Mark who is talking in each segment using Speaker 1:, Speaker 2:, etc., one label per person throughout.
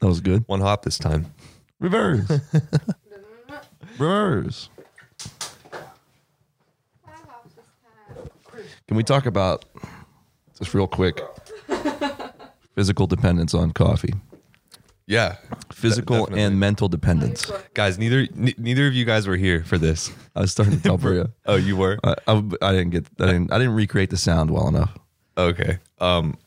Speaker 1: That was good.
Speaker 2: One hop this time.
Speaker 1: Reverse. Reverse. Can we talk about just real quick physical dependence on coffee?
Speaker 2: Yeah,
Speaker 1: Physical
Speaker 2: definitely.
Speaker 1: and mental dependence.
Speaker 2: guys. Neither n- neither of you guys were here for this.
Speaker 1: I was starting to tell Bria.
Speaker 2: Oh, you were.
Speaker 1: I, I, I didn't get I didn't I didn't recreate the sound well enough.
Speaker 2: Okay. Um,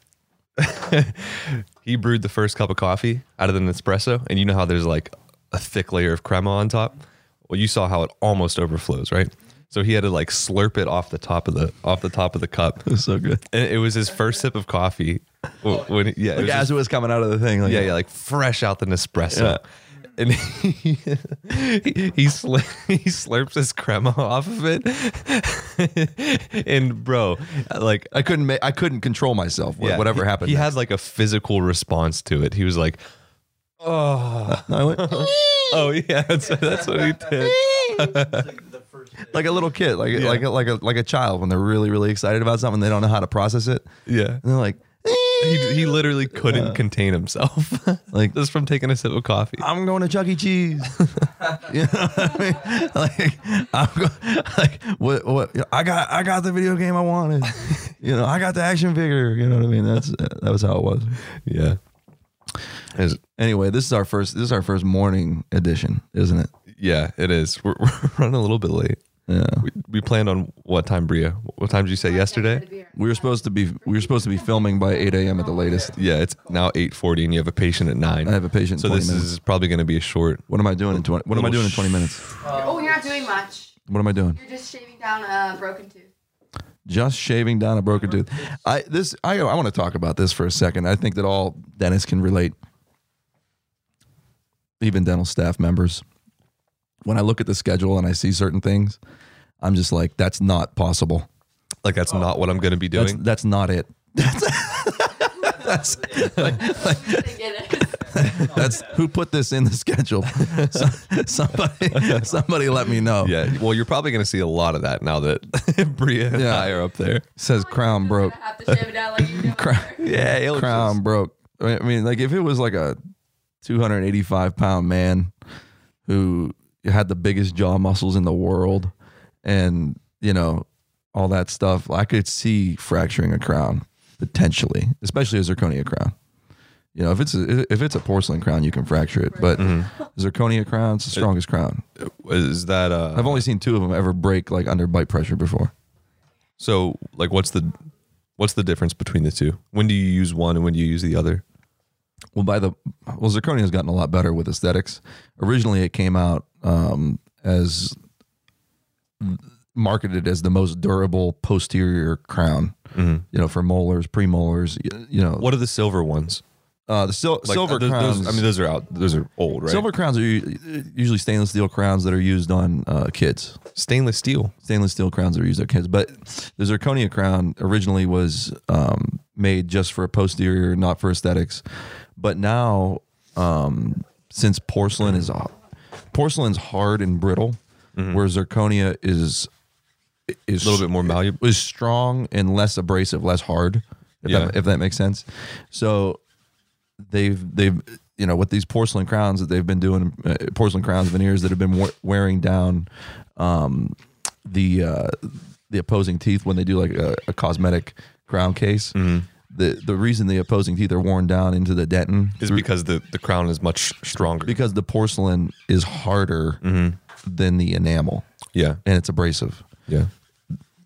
Speaker 2: he brewed the first cup of coffee out of an espresso, and you know how there's like a thick layer of crema on top. Well, you saw how it almost overflows, right? So he had to like slurp it off the top of the off the top of the cup.
Speaker 1: It was so good.
Speaker 2: And it was his first sip of coffee. w- When yeah, it was
Speaker 1: as
Speaker 2: his-
Speaker 1: it was coming out of the thing, like,
Speaker 2: yeah, yeah, like fresh out the Nespresso. And he he, he, slur- he slurps his crema off of it, and bro, like
Speaker 1: I couldn't ma- I couldn't control myself. wh-
Speaker 2: yeah,
Speaker 1: whatever
Speaker 2: he-
Speaker 1: happened,
Speaker 2: He
Speaker 1: next.
Speaker 2: had like a physical response to it. He was like,
Speaker 1: No, I went,
Speaker 2: "Oh yeah, that's, that's what he did."
Speaker 1: like a little kid, like like a, like a like a child when they're really really excited about something, they don't know how to process it,
Speaker 2: Yeah,
Speaker 1: and they're like,
Speaker 2: he, he literally couldn't contain himself,
Speaker 1: Like-
Speaker 2: just from taking a sip of coffee.
Speaker 1: I'm going to Chuck E. Cheese. you know what I mean? Like, I'm go- like what, what, you know, I got, I got the video game I wanted. You know, I got the action figure. You know what I mean? That's, that was how it was.
Speaker 2: Yeah, It's-
Speaker 1: Anyway, this is our first, this is our first morning edition, isn't it?
Speaker 2: yeah, it is. We're, we're running a little bit late.
Speaker 1: Yeah.
Speaker 2: We, we planned on what time, Bria? What time did you say yesterday?
Speaker 1: We were supposed to be, we were supposed to be filming by 8 a.m. at the latest.
Speaker 2: Yeah, it's now eight forty, and you have a patient at nine.
Speaker 1: I have a patient.
Speaker 2: so
Speaker 1: in 20
Speaker 2: this
Speaker 1: minutes.
Speaker 2: is probably going to be a short.
Speaker 1: What am I doing in 20? What am I doing in 20 minutes?
Speaker 3: Oh, you're not doing much.
Speaker 1: What am I doing?
Speaker 3: You're just shaving down a broken tooth.
Speaker 1: Just shaving down a broken tooth. I this I I want to talk about this for a second. I think that all dentists can relate. Even dental staff members. When I look at the schedule and I see certain things, I'm just like that's not possible.
Speaker 2: Like that's not what I'm going to be
Speaker 1: That's
Speaker 2: doing.
Speaker 1: that's not it.
Speaker 3: I didn't get it.
Speaker 1: That's who put this in the schedule. So- somebody somebody let me know.
Speaker 2: yeah. Well, you're probably going to see a lot of that now that Bria and
Speaker 1: Yeah.
Speaker 2: I are up there.
Speaker 1: Says crown broke.
Speaker 3: I have to shave it down like you do.
Speaker 1: Crown.
Speaker 2: Yeah,
Speaker 1: crown broke. I mean, like if it was like a 285 pound man who had the biggest jaw muscles in the world and, you know, all that stuff, I could see fracturing a crown potentially, especially a zirconia crown. You know, if it's a, if it's a porcelain crown, you can fracture it, but zirconia crown's the strongest crown.
Speaker 2: Is that uh?
Speaker 1: I've only seen two of them ever break like under bite pressure before.
Speaker 2: So like, what's the what's the difference between the two? When do you use one and when do you use the other?
Speaker 1: Well, by the well, zirconia has gotten a lot better with aesthetics. Originally, it came out um, as marketed as the most durable posterior crown. You know, for molars, premolars. y- You know,
Speaker 2: Mm-hmm. What are the silver ones?
Speaker 1: uh, the sil-
Speaker 2: Like,
Speaker 1: silver
Speaker 2: are those-
Speaker 1: crowns.
Speaker 2: Those, I mean, those are out. Those are old, right?
Speaker 1: silver crowns are u- usually stainless steel crowns that are used on uh, kids.
Speaker 2: stainless steel.
Speaker 1: Stainless steel crowns that are used on kids. But the zirconia crown originally was um, made just for a posterior, not for aesthetics. But now, um, since porcelain is porcelain's hard and brittle, where zirconia is is
Speaker 2: Mm-hmm. A little bit more malleable.
Speaker 1: is strong and less abrasive, less hard. If,
Speaker 2: Yeah.
Speaker 1: that, if that makes sense. So they've they've you know with these porcelain crowns that they've been doing uh, porcelain crowns veneers that have been wa- wearing down um, the uh, the opposing teeth when they do like a, a cosmetic crown case. The the reason the opposing teeth are worn down into the dentin
Speaker 2: Is because the the crown is much stronger.
Speaker 1: because the porcelain is harder than the enamel
Speaker 2: yeah.
Speaker 1: and it's abrasive.
Speaker 2: Yeah.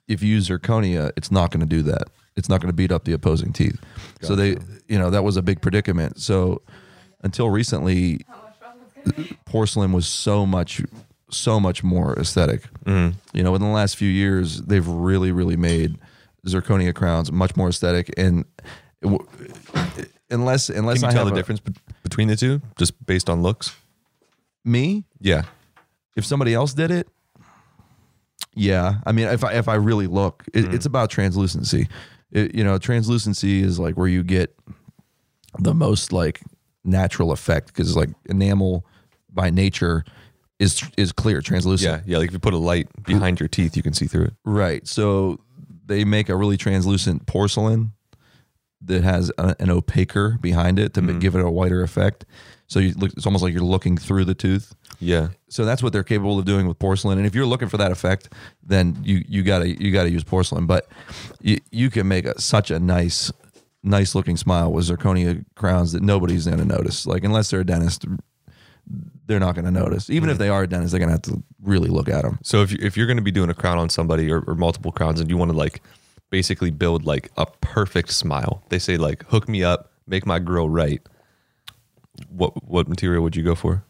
Speaker 1: if you use zirconia, it's not going to do that. It's not going to beat up the opposing teeth. So they, you know, that was a big predicament. So until recently, porcelain was so much, so much more aesthetic.
Speaker 2: Mm-hmm.
Speaker 1: You know, in the last few years, they've really, really made zirconia crowns much more aesthetic. And it w- unless, unless
Speaker 2: Can you
Speaker 1: I
Speaker 2: tell
Speaker 1: have
Speaker 2: the
Speaker 1: a-
Speaker 2: difference bet- between the two just based on looks?
Speaker 1: me,
Speaker 2: Yeah.
Speaker 1: if somebody else did it yeah i mean if i if i really look it, it's about translucency It- you know translucency is like where you get the most like natural effect because like enamel by nature is is clear translucent
Speaker 2: Yeah. Yeah. Like if you put a light behind your teeth, you can see through it.
Speaker 1: right so they make a really translucent porcelain that has a, an opaquer behind it to ma- give it a whiter effect. So you look, it's almost like you're looking through the tooth.
Speaker 2: Yeah.
Speaker 1: So that's what they're capable of doing with porcelain. And if you're looking for that effect, then you you gotta you gotta use porcelain. But you, you can make a, such a nice nice looking smile with zirconia crowns that nobody's gonna notice. Like unless they're a dentist, they're not gonna notice. Even if they are a dentist, they're gonna have to really look at them.
Speaker 2: So if you, if you're going to be doing a crown on somebody or, or multiple crowns and you want to like basically build like a perfect smile, they say like hook me up, make my grill right. What what material would you go for?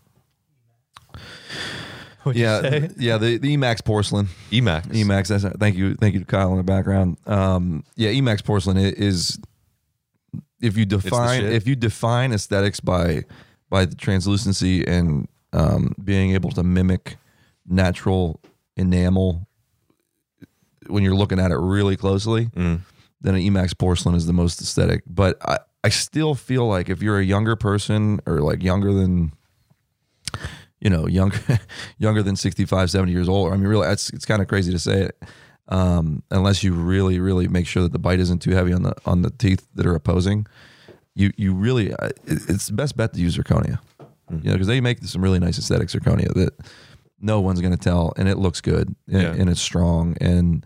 Speaker 1: yeah, yeah. The the Emax porcelain.
Speaker 2: Emax.
Speaker 1: Emax. That's, thank you, thank you, to Kyle in the background. Um, yeah, Emax porcelain i- is if you define
Speaker 2: shit.
Speaker 1: if you define aesthetics by by the translucency and um, being able to mimic natural enamel when you're looking at it really closely, then an Emax porcelain is the most aesthetic. But I I still feel like if you're a younger person or like younger than you know, younger younger than 65, 70 years old. I mean, really, it's, it's kind of crazy to say it. Um, unless you really, really make sure that the bite isn't too heavy on the on the teeth that are opposing, you you really I- it- it's the best bet to use zirconia, you know, because they make some really nice aesthetic zirconia that no one's going to tell, and it looks good and,
Speaker 2: Yeah.
Speaker 1: and it's strong, and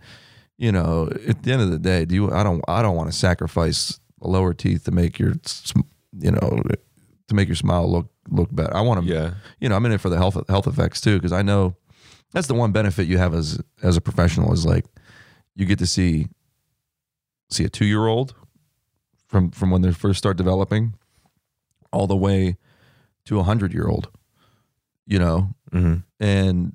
Speaker 1: you know, at the end of the day, do you? I don't I don't want to sacrifice lower teeth to make your sm- you know to make your smile look look better. I want to
Speaker 2: Yeah.
Speaker 1: you know, I'm in it for the health health effects too, because I know that's the one benefit you have as as a professional is like you get to see see a two year old from from when they first start developing all the way to a hundred year old, you know,
Speaker 2: Mhm.
Speaker 1: and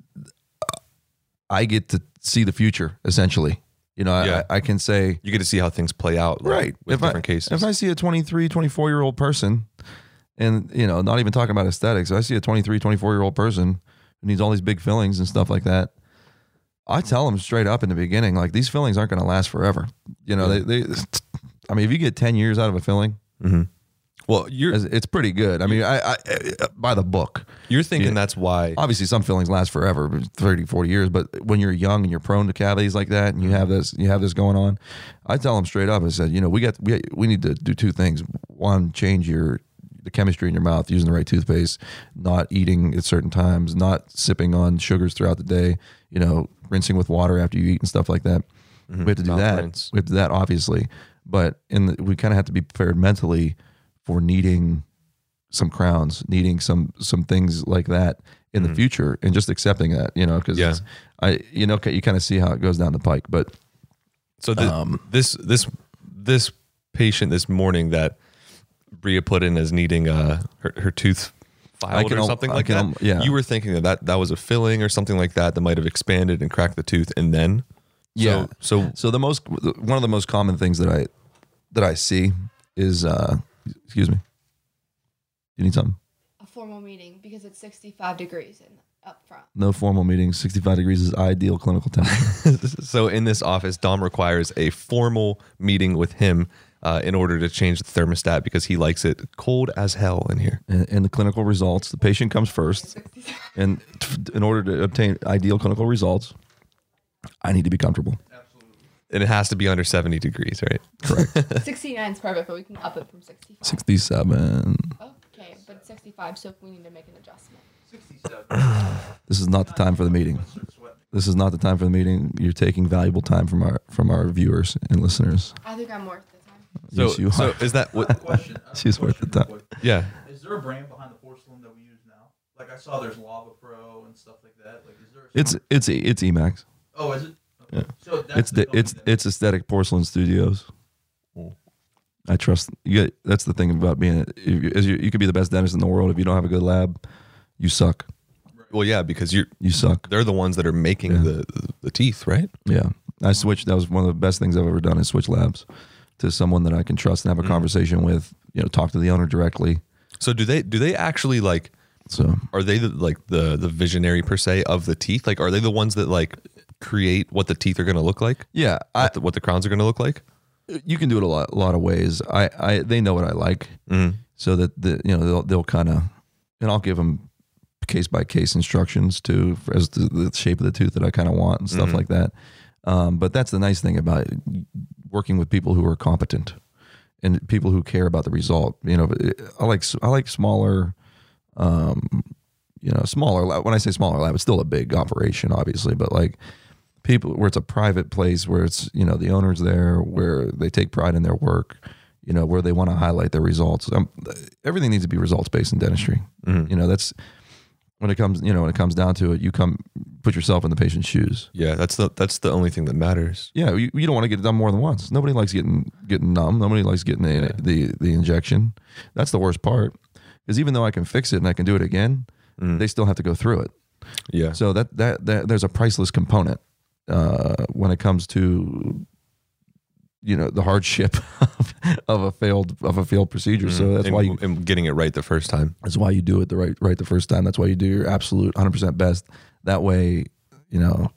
Speaker 1: I get to see the future essentially. You know,
Speaker 2: Yeah.
Speaker 1: I, I can say
Speaker 2: You get to see how things play out, like,
Speaker 1: right
Speaker 2: With
Speaker 1: if
Speaker 2: different
Speaker 1: I,
Speaker 2: cases.
Speaker 1: if i see a 23 24 year old person and you know not even talking about aesthetics if i see a 23 24 year old person who needs all these big fillings and stuff like that i tell them straight up in the beginning like these fillings aren't going to last forever you know they, they i mean if you get 10 years out of a filling
Speaker 2: Mm-hmm. well, you're
Speaker 1: it's- it's pretty good i mean i, I by the book
Speaker 2: you're thinking that's why.
Speaker 1: obviously some fillings last forever 30 40 years but when you're young and you're prone to cavities like that and you have this you have this going on i tell them straight up i said you know we got we, we need to do two things one change your the chemistry in your mouth using the right toothpaste not eating at certain times not sipping on sugars throughout the day you know rinsing with water after you eat and stuff like that we have to do
Speaker 2: Mm-hmm. Mouth
Speaker 1: that
Speaker 2: rinse.
Speaker 1: we have to do that obviously but in the, we kind of have to be prepared mentally for needing some crowns, needing some some things like that in the future, and just accepting that, you know, because
Speaker 2: Mm-hmm. Yeah.
Speaker 1: I, you know, you kind of see how it goes down the pike. But
Speaker 2: So thi-
Speaker 1: Um,
Speaker 2: this this this patient this morning that Bria put in as needing uh, her her tooth
Speaker 1: I
Speaker 2: filed
Speaker 1: can
Speaker 2: or
Speaker 1: al-
Speaker 2: something
Speaker 1: I
Speaker 2: like
Speaker 1: can
Speaker 2: that.
Speaker 1: al- yeah.
Speaker 2: You were thinking that, that that was a filling or something like that that might have expanded and cracked the tooth, and then
Speaker 1: Yeah.
Speaker 2: So, so
Speaker 1: so the most one of the most common things that I that I see is, uh excuse me, you need something.
Speaker 3: A formal meeting because it's 65 degrees in, up front.
Speaker 1: No formal meeting. Sixty-five degrees is ideal clinical temperature.
Speaker 2: so in this office, Dom requires a formal meeting with him. Uh, in order to change the thermostat because he likes it cold as hell in here.
Speaker 1: and, and the clinical results, the patient comes first, and t- in order to obtain ideal clinical results, I need to be comfortable.
Speaker 2: And it has to be under 70 degrees, right?
Speaker 3: 69 is perfect, but we can up it from 65.
Speaker 1: Sixty-seven.
Speaker 3: Okay, but it's 65, so we need to make an adjustment.
Speaker 1: This is not the time for the meeting. This is not the time for the meeting. You're taking valuable time from our from our viewers and listeners.
Speaker 3: I think I'm worth the time.
Speaker 2: So,
Speaker 1: yes, you are.
Speaker 2: so is that what?
Speaker 4: question. I have a
Speaker 1: She's worth
Speaker 4: question
Speaker 1: the
Speaker 4: real
Speaker 1: time.
Speaker 4: quick.
Speaker 2: Yeah.
Speaker 4: Is there a brand behind the porcelain that we use now? Like I saw there's Lava Pro and stuff like that. Like is there?
Speaker 1: It's it's it's Emax.
Speaker 4: oh, is it? Okay. So that's
Speaker 1: It's
Speaker 4: the
Speaker 1: the,
Speaker 4: company
Speaker 1: it's
Speaker 4: that-
Speaker 1: it's aesthetic porcelain studios. I trust you. Get, that's the thing about being if you, as you, you could be the best dentist in the world if you don't have a good lab, you suck.
Speaker 2: Well, yeah, because you're
Speaker 1: You suck.
Speaker 2: they're the ones that are making the the teeth, right?
Speaker 1: Yeah. I switched. That was one of the best things I've ever done is switch labs to someone that I can trust and have a conversation with. You know, talk to the owner directly.
Speaker 2: So do they do they actually like
Speaker 1: So
Speaker 2: are they the, like the the visionary per se of the teeth? Like are they the ones that like create what the teeth are going to look like?
Speaker 1: yeah, I,
Speaker 2: What the, what the crowns are going to look like?
Speaker 1: you can do it a lot, a lot of ways. I, I, they know what I like,
Speaker 2: Mm-hmm.
Speaker 1: so that the, you know they'll, they'll kind of, and I'll give them case by case instructions too for- as to the shape of the tooth that I kind of want and stuff like that. Um, but that's the nice thing about working with people who are competent and people who care about the result. You know, but it- I like s- I like smaller, um, you know, smaller lab. When I say smaller lab, it's still a big operation, obviously, but like people where it's a private place where it's you know the owners there where they take pride in their work you know where they want to highlight their results um, everything needs to be results based in dentistry you know that's when it comes you know when it comes down to it you come put yourself in the patient's shoes
Speaker 2: Yeah, that's the that's the only thing that matters.
Speaker 1: yeah you, you don't want to get it done more than once nobody likes getting getting numb nobody likes getting the the, the injection that's the worst part because even though i can fix it and i can do it again
Speaker 2: Mm. Mm-hmm.
Speaker 1: they still have to go through it
Speaker 2: Yeah.
Speaker 1: so that that, that there's a priceless component uh, when it comes to you know the hardship of, of a failed of a failed procedure. So that's
Speaker 2: Mm-hmm. and,
Speaker 1: why you
Speaker 2: and getting it right the first time.
Speaker 1: that's why you do it the right right the first time. That's why you do your absolute 100 percent best. That way, you know,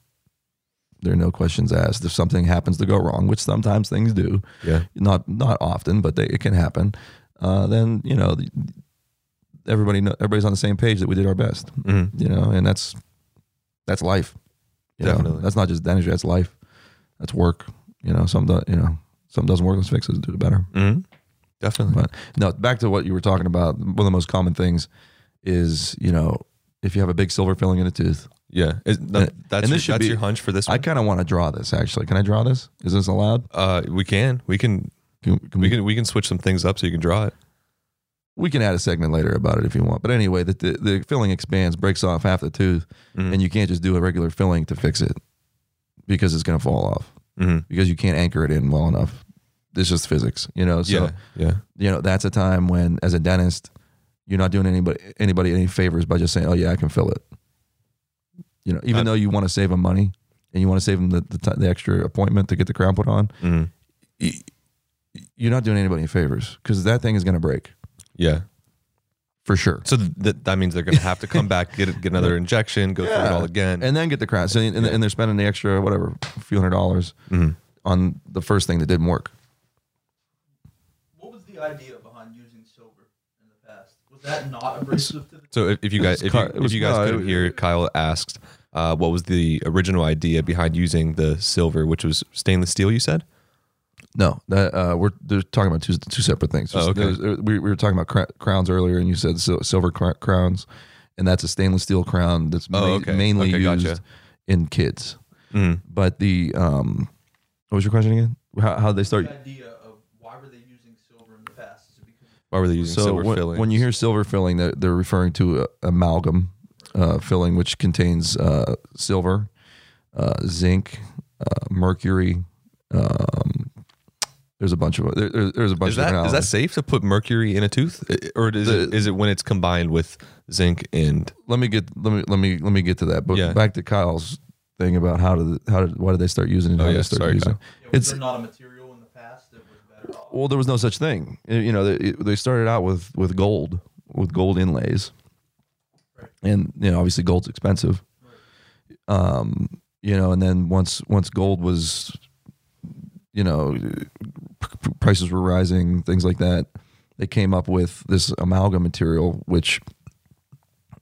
Speaker 1: there are no questions asked. If something happens to go wrong, which sometimes things do,
Speaker 2: Yeah.
Speaker 1: not not often, but they, it can happen. Uh, then you know, the- everybody know, everybody's on the same page that we did our best
Speaker 2: Mhm.
Speaker 1: you know, and that's that's life. You know?
Speaker 2: Definitely.
Speaker 1: that's not just dentistry. That's life. That's work. You know, some do, you know some doesn't work. Let's fix it. Do it better.
Speaker 2: Mhm. Definitely.
Speaker 1: But no, back to what you were talking about. One of the most common things is you know if you have a big silver filling in a tooth.
Speaker 2: Yeah. Is- that-
Speaker 1: And- and
Speaker 2: that's
Speaker 1: this
Speaker 2: your,
Speaker 1: should
Speaker 2: that's
Speaker 1: be-
Speaker 2: your hunch for this
Speaker 1: I
Speaker 2: one.
Speaker 1: kind of want to draw this actually. Can I draw this? Is this allowed?
Speaker 2: uh, we can we can
Speaker 1: Can, can
Speaker 2: we can we can switch some things up so you can draw it.
Speaker 1: we can add a segment later about it if you want. But anyway, the the, the filling expands, breaks off half the tooth,
Speaker 2: Mhm.
Speaker 1: and you can't just do a regular filling to fix it because it's going to fall off.
Speaker 2: Mhm.
Speaker 1: because you can't anchor it in well enough. It's just physics, you know. So
Speaker 2: yeah. Yeah.
Speaker 1: you know that's a time when, as a dentist, you're not doing anybody anybody any favors by just saying, "Oh yeah, I can fill it." You know, even
Speaker 2: I-
Speaker 1: though you want to save them money and you want to save them the the, ti- the extra appointment to get the crown put on,
Speaker 2: Mhm.
Speaker 1: y- you're not doing anybody any favors because that thing is going to break
Speaker 2: Yeah.
Speaker 1: for sure.
Speaker 2: So th- th- that means they're going to have to come back, get get another injection, go through it all again.
Speaker 1: and then get the crown. So and, and they're spending the extra whatever few hundred dollars
Speaker 2: Mhm.
Speaker 1: on the first thing that didn't work.
Speaker 4: What was the idea behind using silver in the past? Was that not abrasive to the
Speaker 2: So if, if you guys
Speaker 1: It was
Speaker 2: if
Speaker 1: Ky-
Speaker 2: you,
Speaker 1: it
Speaker 2: if
Speaker 1: was-
Speaker 2: you guys
Speaker 1: no,
Speaker 2: couldn't
Speaker 1: it-
Speaker 2: hear, Kyle asked, uh, what was the original idea behind using the silver, which was stainless steel? You said.
Speaker 1: No, that uh, we're they're talking about two two separate things.
Speaker 2: Oh, okay.
Speaker 1: There's- there- we, we were talking about cra- crowns earlier, and you said sil- silver cra- crowns, and that's a stainless steel crown that's ma-
Speaker 2: Oh, okay.
Speaker 1: mainly
Speaker 2: Okay,
Speaker 1: used
Speaker 2: gotcha.
Speaker 1: in kids.
Speaker 2: Mhm.
Speaker 1: But the um, what was your question again? How how they start?
Speaker 4: the idea of why were they using silver in the past? Is it because
Speaker 2: Why were they using
Speaker 1: So
Speaker 2: silver
Speaker 1: when,
Speaker 2: fillings?
Speaker 1: when you hear silver filling, they're, they're referring to a, amalgam uh, filling, which contains uh, silver, uh, zinc, uh, mercury. Um, there's a bunch of there, there- there's a bunch
Speaker 2: is
Speaker 1: of different
Speaker 2: that is that
Speaker 1: elements.
Speaker 2: safe to put mercury in a tooth, I- or is it,
Speaker 1: The-
Speaker 2: is it when it's combined with zinc and
Speaker 1: let me get let me let me let me get to that. But
Speaker 2: Yeah.
Speaker 1: back to Kyle's thing about how did how did why did they start using it?
Speaker 2: Oh,
Speaker 1: How did
Speaker 2: yeah.
Speaker 1: they start
Speaker 2: Sorry,
Speaker 1: using
Speaker 2: Kyle.
Speaker 4: you know, was
Speaker 1: It's-
Speaker 4: there not a material in the past that was better off?
Speaker 1: Well, there was no such thing. Uh, You know, they, they started out with with gold, with gold inlays,
Speaker 4: Right.
Speaker 1: and you know, obviously, gold's expensive. Um, you know, and then once once gold was, you know, p- p- prices were rising, things like that. They came up with this amalgam material, which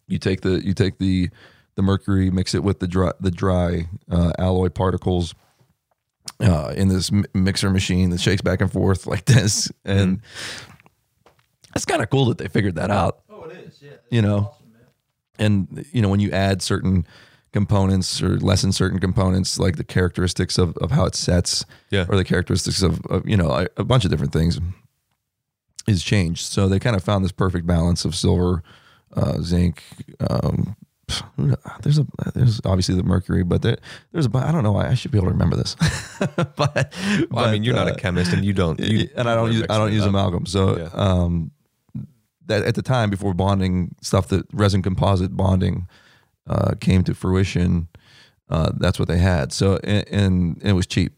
Speaker 1: you take the you take the the mercury, mix it with the dry the dry uh, alloy particles, uh, in this mi- mixer machine that shakes back and forth like this. And it's kind of cool that they figured that out.
Speaker 4: oh, it is. Yeah. It's
Speaker 1: You know.
Speaker 4: awesome, man.
Speaker 1: And, you know, when you add certain components or lessen certain components, like the characteristics of, of how it sets
Speaker 2: Yeah.
Speaker 1: or the characteristics of, of you know, a, a bunch of different things is changed. So they kind of found this perfect balance of silver, uh, zinc, um, who kno- there's a there's obviously the mercury, but there, there's a bu- I don't know. I, I should be able to remember this, but,
Speaker 2: Well, I
Speaker 1: but,
Speaker 2: mean, you're not
Speaker 1: uh,
Speaker 2: a chemist, and you don't. You,
Speaker 1: and I don't use I don't use
Speaker 2: them out.
Speaker 1: amalgam. So
Speaker 2: Yeah.
Speaker 1: um, that at the time before bonding stuff, that resin composite bonding uh, came to fruition. Uh, that's what they had. So and, and it was cheap,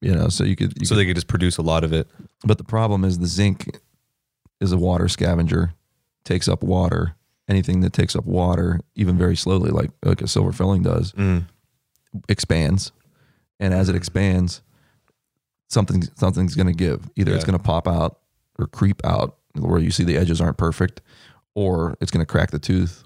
Speaker 1: you know. So you could, you
Speaker 2: So
Speaker 1: could
Speaker 2: they could just produce a lot of it.
Speaker 1: but the problem is the zinc is a water scavenger, takes up water. Anything that takes up water, even very slowly, like like a silver filling does, expands, and as
Speaker 2: Mm-hmm.
Speaker 1: it expands, something something's going to give. Either it's
Speaker 2: Yeah.
Speaker 1: going to pop out or creep out, where you see the edges aren't perfect, or it's going to crack the tooth,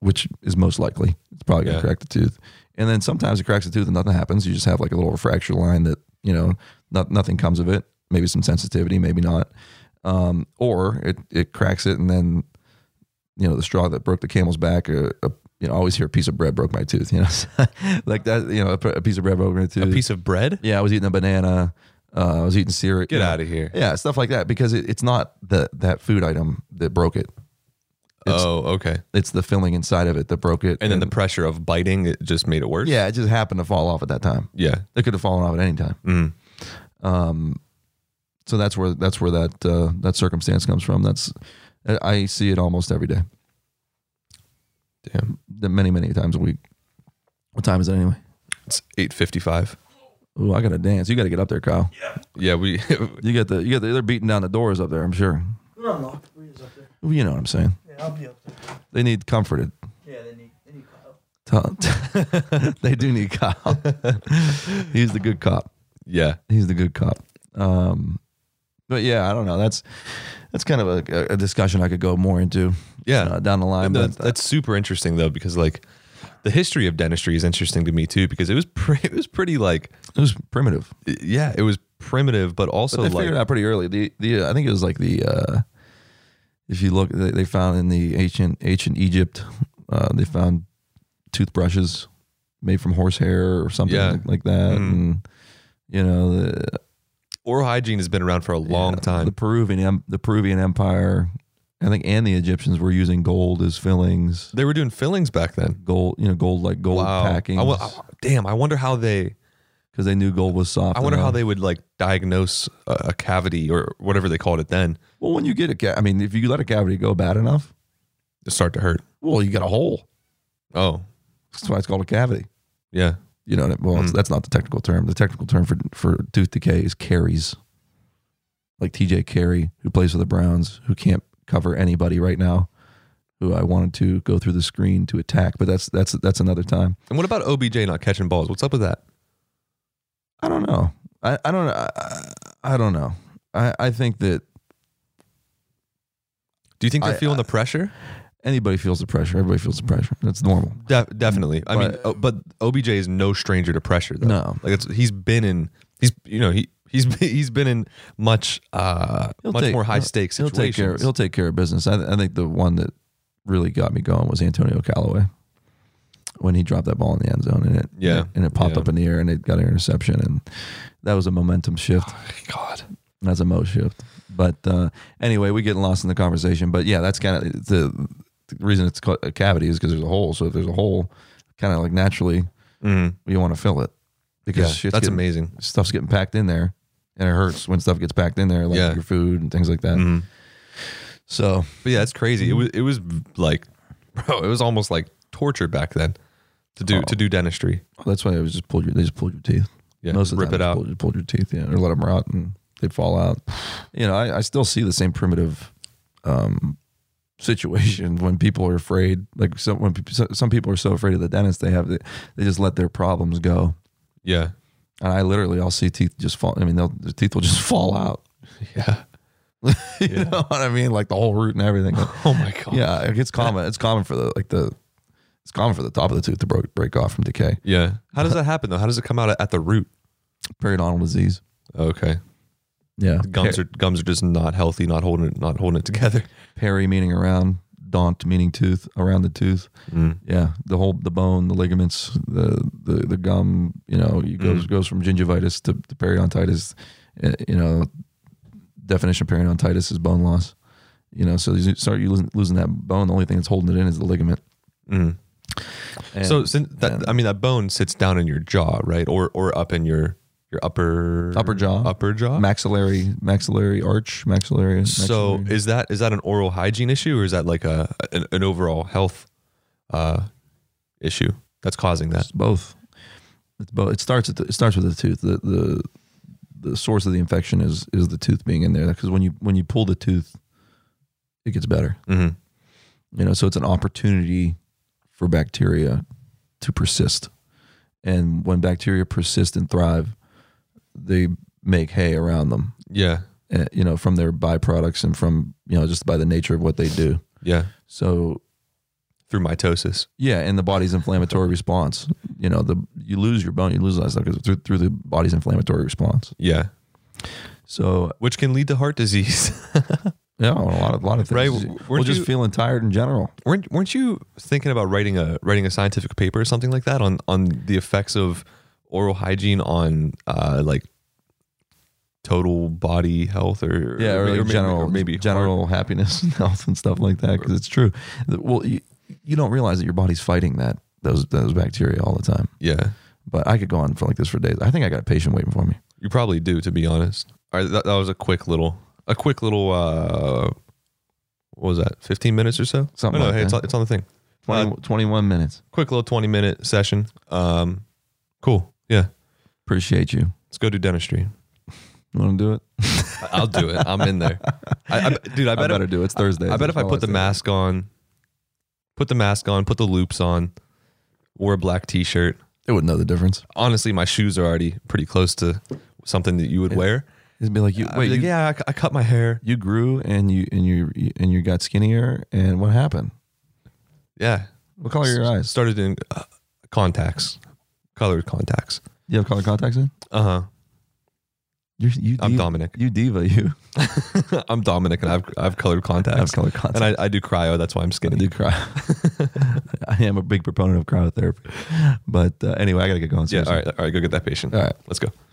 Speaker 1: which is most likely. It's probably going
Speaker 2: Yeah.
Speaker 1: to crack the tooth, and then sometimes it cracks the tooth and nothing happens. You just have like a little fracture line that you know not, nothing comes of it, maybe some sensitivity, maybe not. Um, or it, it cracks it, and then you know the straw that broke the camel's back. A, a, you know, I always hear a piece of bread broke my tooth. You know, like that. You know, a, a piece of bread broke my tooth.
Speaker 2: A piece of bread?
Speaker 1: yeah, I was eating a banana. Uh, I was eating cereal.
Speaker 2: Get
Speaker 1: you know.
Speaker 2: out of here.
Speaker 1: Yeah, stuff like that because it, it's not the that food item that broke it. It's-
Speaker 2: Oh, okay.
Speaker 1: It's the filling inside of it that broke it.
Speaker 2: And then the pressure of biting it just made it worse.
Speaker 1: yeah, it just happened to fall off at that time.
Speaker 2: Yeah.
Speaker 1: It could have fallen off at any time.
Speaker 2: Mm.
Speaker 1: Um, so that's where that's where that uh, that circumstance comes from. That's I I see it almost every day.
Speaker 2: Damn.
Speaker 1: The many many times a week. What time is it anyway?
Speaker 2: It's 8:55.
Speaker 1: Oh, I got to dance. You got to get up there, Kyle.
Speaker 2: Yeah, we
Speaker 1: You got the you got the, they're beating down the doors up there. I'm sure.
Speaker 4: We're unlocked. We're just up there.
Speaker 1: Well, You know what I'm saying.
Speaker 4: Yeah, I'll be up there.
Speaker 1: They need comforted.
Speaker 4: Yeah, they need, they need Kyle.
Speaker 1: Tell- they do need Kyle. He's the good cop.
Speaker 2: yeah.
Speaker 1: He's the good cop. Um, but yeah, I don't know. That's that's kind of a, a discussion I could go more into.
Speaker 2: Yeah.
Speaker 1: uh, down the line.
Speaker 2: And that-
Speaker 1: But
Speaker 2: that's super interesting though because like the history of dentistry is interesting to me too because it was pre- it was pretty like
Speaker 1: it was primitive.
Speaker 2: yeah, it was primitive but also
Speaker 1: But they
Speaker 2: like
Speaker 1: figured out pretty early. The the uh, I think it was like the uh, if you look, they, they found in the ancient ancient Egypt, uh, they found toothbrushes made from horsehair or something
Speaker 2: Yeah.
Speaker 1: like, like that,
Speaker 2: Mm.
Speaker 1: and you know the
Speaker 2: oral hygiene has been around for a long
Speaker 1: yeah,
Speaker 2: time.
Speaker 1: The Peruvian em- the Peruvian Empire, I think, and the Egyptians were using gold as fillings.
Speaker 2: they were doing fillings back then.
Speaker 1: Gold, you know, gold like gold
Speaker 2: Wow. I
Speaker 1: packing
Speaker 2: wa- I- damn, I wonder how they
Speaker 1: because they knew gold was soft.
Speaker 2: I wonder how
Speaker 1: enough.
Speaker 2: they would like diagnose a, a cavity or whatever they called it then
Speaker 1: Well, when you get a ca- I mean, if you let a cavity go bad enough,
Speaker 2: to start to hurt.
Speaker 1: well, you got a hole.
Speaker 2: Oh,
Speaker 1: That's why it's called a cavity.
Speaker 2: yeah.
Speaker 1: You know, well, it's-
Speaker 2: Mm.
Speaker 1: that's not the technical term. The technical term for for tooth decay is caries. Like TJ Carey, who plays for the Browns, who can't cover anybody right now, who I wanted to go through the screen to attack, but that's that's that's another time.
Speaker 2: And what about OBJ not catching balls? What's up with that?
Speaker 1: I don't know. I, I don't I, I- I don't know. I, I think that
Speaker 2: Do you think they're
Speaker 1: I-
Speaker 2: feeling the pressure?
Speaker 1: anybody feels the pressure. Everybody feels the pressure. That's normal.
Speaker 2: De- definitely. I mean,
Speaker 1: But-
Speaker 2: oh, but OBJ is no stranger to pressure, though.
Speaker 1: No.
Speaker 2: like it's, he's been in. He's you know he he's he's been in much uh
Speaker 1: He'll
Speaker 2: much
Speaker 1: take-
Speaker 2: more high
Speaker 1: he'll-
Speaker 2: stakes
Speaker 1: He'll take
Speaker 2: situations.
Speaker 1: care. He'll take care of business. I, I think the one that really got me going was Antonio Callaway when he dropped that ball in the end zone and it
Speaker 2: Yeah.
Speaker 1: and it popped
Speaker 2: Yeah.
Speaker 1: up in the air and it got an interception and that was a momentum shift.
Speaker 2: God,
Speaker 1: That's a mo shift. But uh, anyway, we get lost in the conversation. But yeah, that's kind of the, the reason it's called a cavity is because there's a hole. So if there's a hole, kind of like naturally
Speaker 2: mm,
Speaker 1: you want to fill it
Speaker 2: yeah,
Speaker 1: because
Speaker 2: that's
Speaker 1: shit's getting-
Speaker 2: amazing.
Speaker 1: stuff's getting packed in there and it hurts when stuff gets packed in there like
Speaker 2: Yeah.
Speaker 1: your food and things like that.
Speaker 2: Mhm.
Speaker 1: So
Speaker 2: But yeah, it's
Speaker 1: Mm-hmm.
Speaker 2: crazy. It was it was like, bro, it was almost like torture back then to do
Speaker 1: Oh.
Speaker 2: to do dentistry.
Speaker 1: That's why it was just pulled your. They just pulled your teeth.
Speaker 2: Yeah,
Speaker 1: Most of the
Speaker 2: rip
Speaker 1: time,
Speaker 2: it
Speaker 1: just
Speaker 2: out.
Speaker 1: Pulled, just pulled your teeth. Yeah, or let them rot and they'd fall out. You know, I, I still see the same primitive um, situation when people are afraid. Like some when peop- so- some people are so afraid of the dentist, they have the, they just let their problems go.
Speaker 2: Yeah,
Speaker 1: And I literally, I'll see teeth just fall. I mean, they'll, their teeth will just fall out.
Speaker 2: yeah.
Speaker 1: you know what I mean? Like the whole root and everything.
Speaker 2: Oh my god.
Speaker 1: yeah, like it's common. It's common for the like the. It's common for the top of the tooth to break, break off from decay.
Speaker 2: yeah. How does that happen though? How does it come out at the root?
Speaker 1: Periodontal disease.
Speaker 2: Okay,
Speaker 1: Yeah,
Speaker 2: gums are gums are just not healthy, not holding it, not holding it together.
Speaker 1: Peri meaning around, daunt meaning tooth, around the tooth.
Speaker 2: Mm.
Speaker 1: Yeah, the whole the bone, the ligaments, the the, the gum. You know,
Speaker 2: Mm.
Speaker 1: it goes goes from gingivitis to, to periodontitis. Uh, You know, definition of periodontitis is bone loss. You know, so you start you losing, losing that bone. The only thing that's holding it in is the ligament.
Speaker 2: Mm. so
Speaker 1: And
Speaker 2: since that, I mean that bone sits down in your jaw, right, or or up in your your upper
Speaker 1: Upper jaw.
Speaker 2: upper jaw.
Speaker 1: maxillary maxillary arch maxillary.
Speaker 2: so
Speaker 1: maxillary.
Speaker 2: is that is that an oral hygiene issue, or is that like a an, an overall health uh, issue that's causing that?
Speaker 1: It's both. It's both. It starts at the, it starts with the tooth. The, the the source of the infection is is the tooth being in there because when you when you pull the tooth, it gets better.
Speaker 2: Mm-hmm.
Speaker 1: You know, so it's an opportunity for bacteria to persist, and when bacteria persist and thrive, they make hay around them.
Speaker 2: Yeah,
Speaker 1: eh, You know, from their byproducts and from you know just by the nature of what they do.
Speaker 2: yeah,
Speaker 1: So
Speaker 2: through mitosis.
Speaker 1: Yeah, and the body's inflammatory response. You know, the you lose your bone, you lose all that stuff 'cause through, through the body's inflammatory response.
Speaker 2: Yeah,
Speaker 1: So
Speaker 2: which can lead to heart disease.
Speaker 1: yeah, a lot of a lot of things.
Speaker 2: Ray,
Speaker 1: We're
Speaker 2: weren't
Speaker 1: just
Speaker 2: you-
Speaker 1: feeling tired in general.
Speaker 2: weren't weren't you thinking about writing a writing a scientific paper or something like that on on the effects of oral hygiene on uh like total body health or
Speaker 1: yeah, or,
Speaker 2: may-
Speaker 1: like
Speaker 2: may-
Speaker 1: general,
Speaker 2: or maybe heart-
Speaker 1: general happiness and health and stuff like that. Because it's true. Well, you, you don't realize that your body's fighting that those those bacteria all the time.
Speaker 2: yeah
Speaker 1: But I could go on for like this for days. I think I got a patient waiting for me.
Speaker 2: you probably do to be honest all right that, that was a quick little a quick little uh what was that 15 minutes or so
Speaker 1: Something
Speaker 2: oh, no,
Speaker 1: like
Speaker 2: hey, it's,
Speaker 1: that.
Speaker 2: on- it's on the thing
Speaker 1: 20,
Speaker 2: Uh,
Speaker 1: 21 minutes.
Speaker 2: quick little 20 minute session um cool yeah
Speaker 1: Appreciate you.
Speaker 2: let's go do dentistry
Speaker 1: You want to do it?
Speaker 2: i'll do it i'm in there I, I, dude i
Speaker 1: I,
Speaker 2: bet
Speaker 1: better do it. It's Thursday.
Speaker 2: I bet
Speaker 1: That's
Speaker 2: if I
Speaker 1: all
Speaker 2: put the
Speaker 1: say.
Speaker 2: mask on, put the mask on, put the loops on, wore a black t-shirt.
Speaker 1: they wouldn't know the difference.
Speaker 2: Honestly, my shoes are already pretty close to something that you would wear.
Speaker 1: It'd be like you.
Speaker 2: I'd
Speaker 1: Wait,
Speaker 2: be like,
Speaker 1: you,
Speaker 2: yeah, I, cu- I cut my hair.
Speaker 1: you grew and you and you and you got skinnier. And what happened?
Speaker 2: Yeah,
Speaker 1: What color are your eyes?
Speaker 2: started in uh, contacts, colored contacts.
Speaker 1: You have color contacts in?
Speaker 2: Uh
Speaker 1: You're, you
Speaker 2: I'm
Speaker 1: div-
Speaker 2: Dominic.
Speaker 1: You diva. You
Speaker 2: huh. I'm Dominic, and I've I've colored
Speaker 1: I have
Speaker 2: contacts,
Speaker 1: color contacts.
Speaker 2: and I, I do cryo. That's why I'm
Speaker 1: I
Speaker 2: skinny.
Speaker 1: do cry. I am a big proponent of cryotherapy. But uh, anyway, I got to get going.
Speaker 2: Yeah.
Speaker 1: seriously.
Speaker 2: All right. All right. Go get that patient.
Speaker 1: All right.
Speaker 2: Let's go.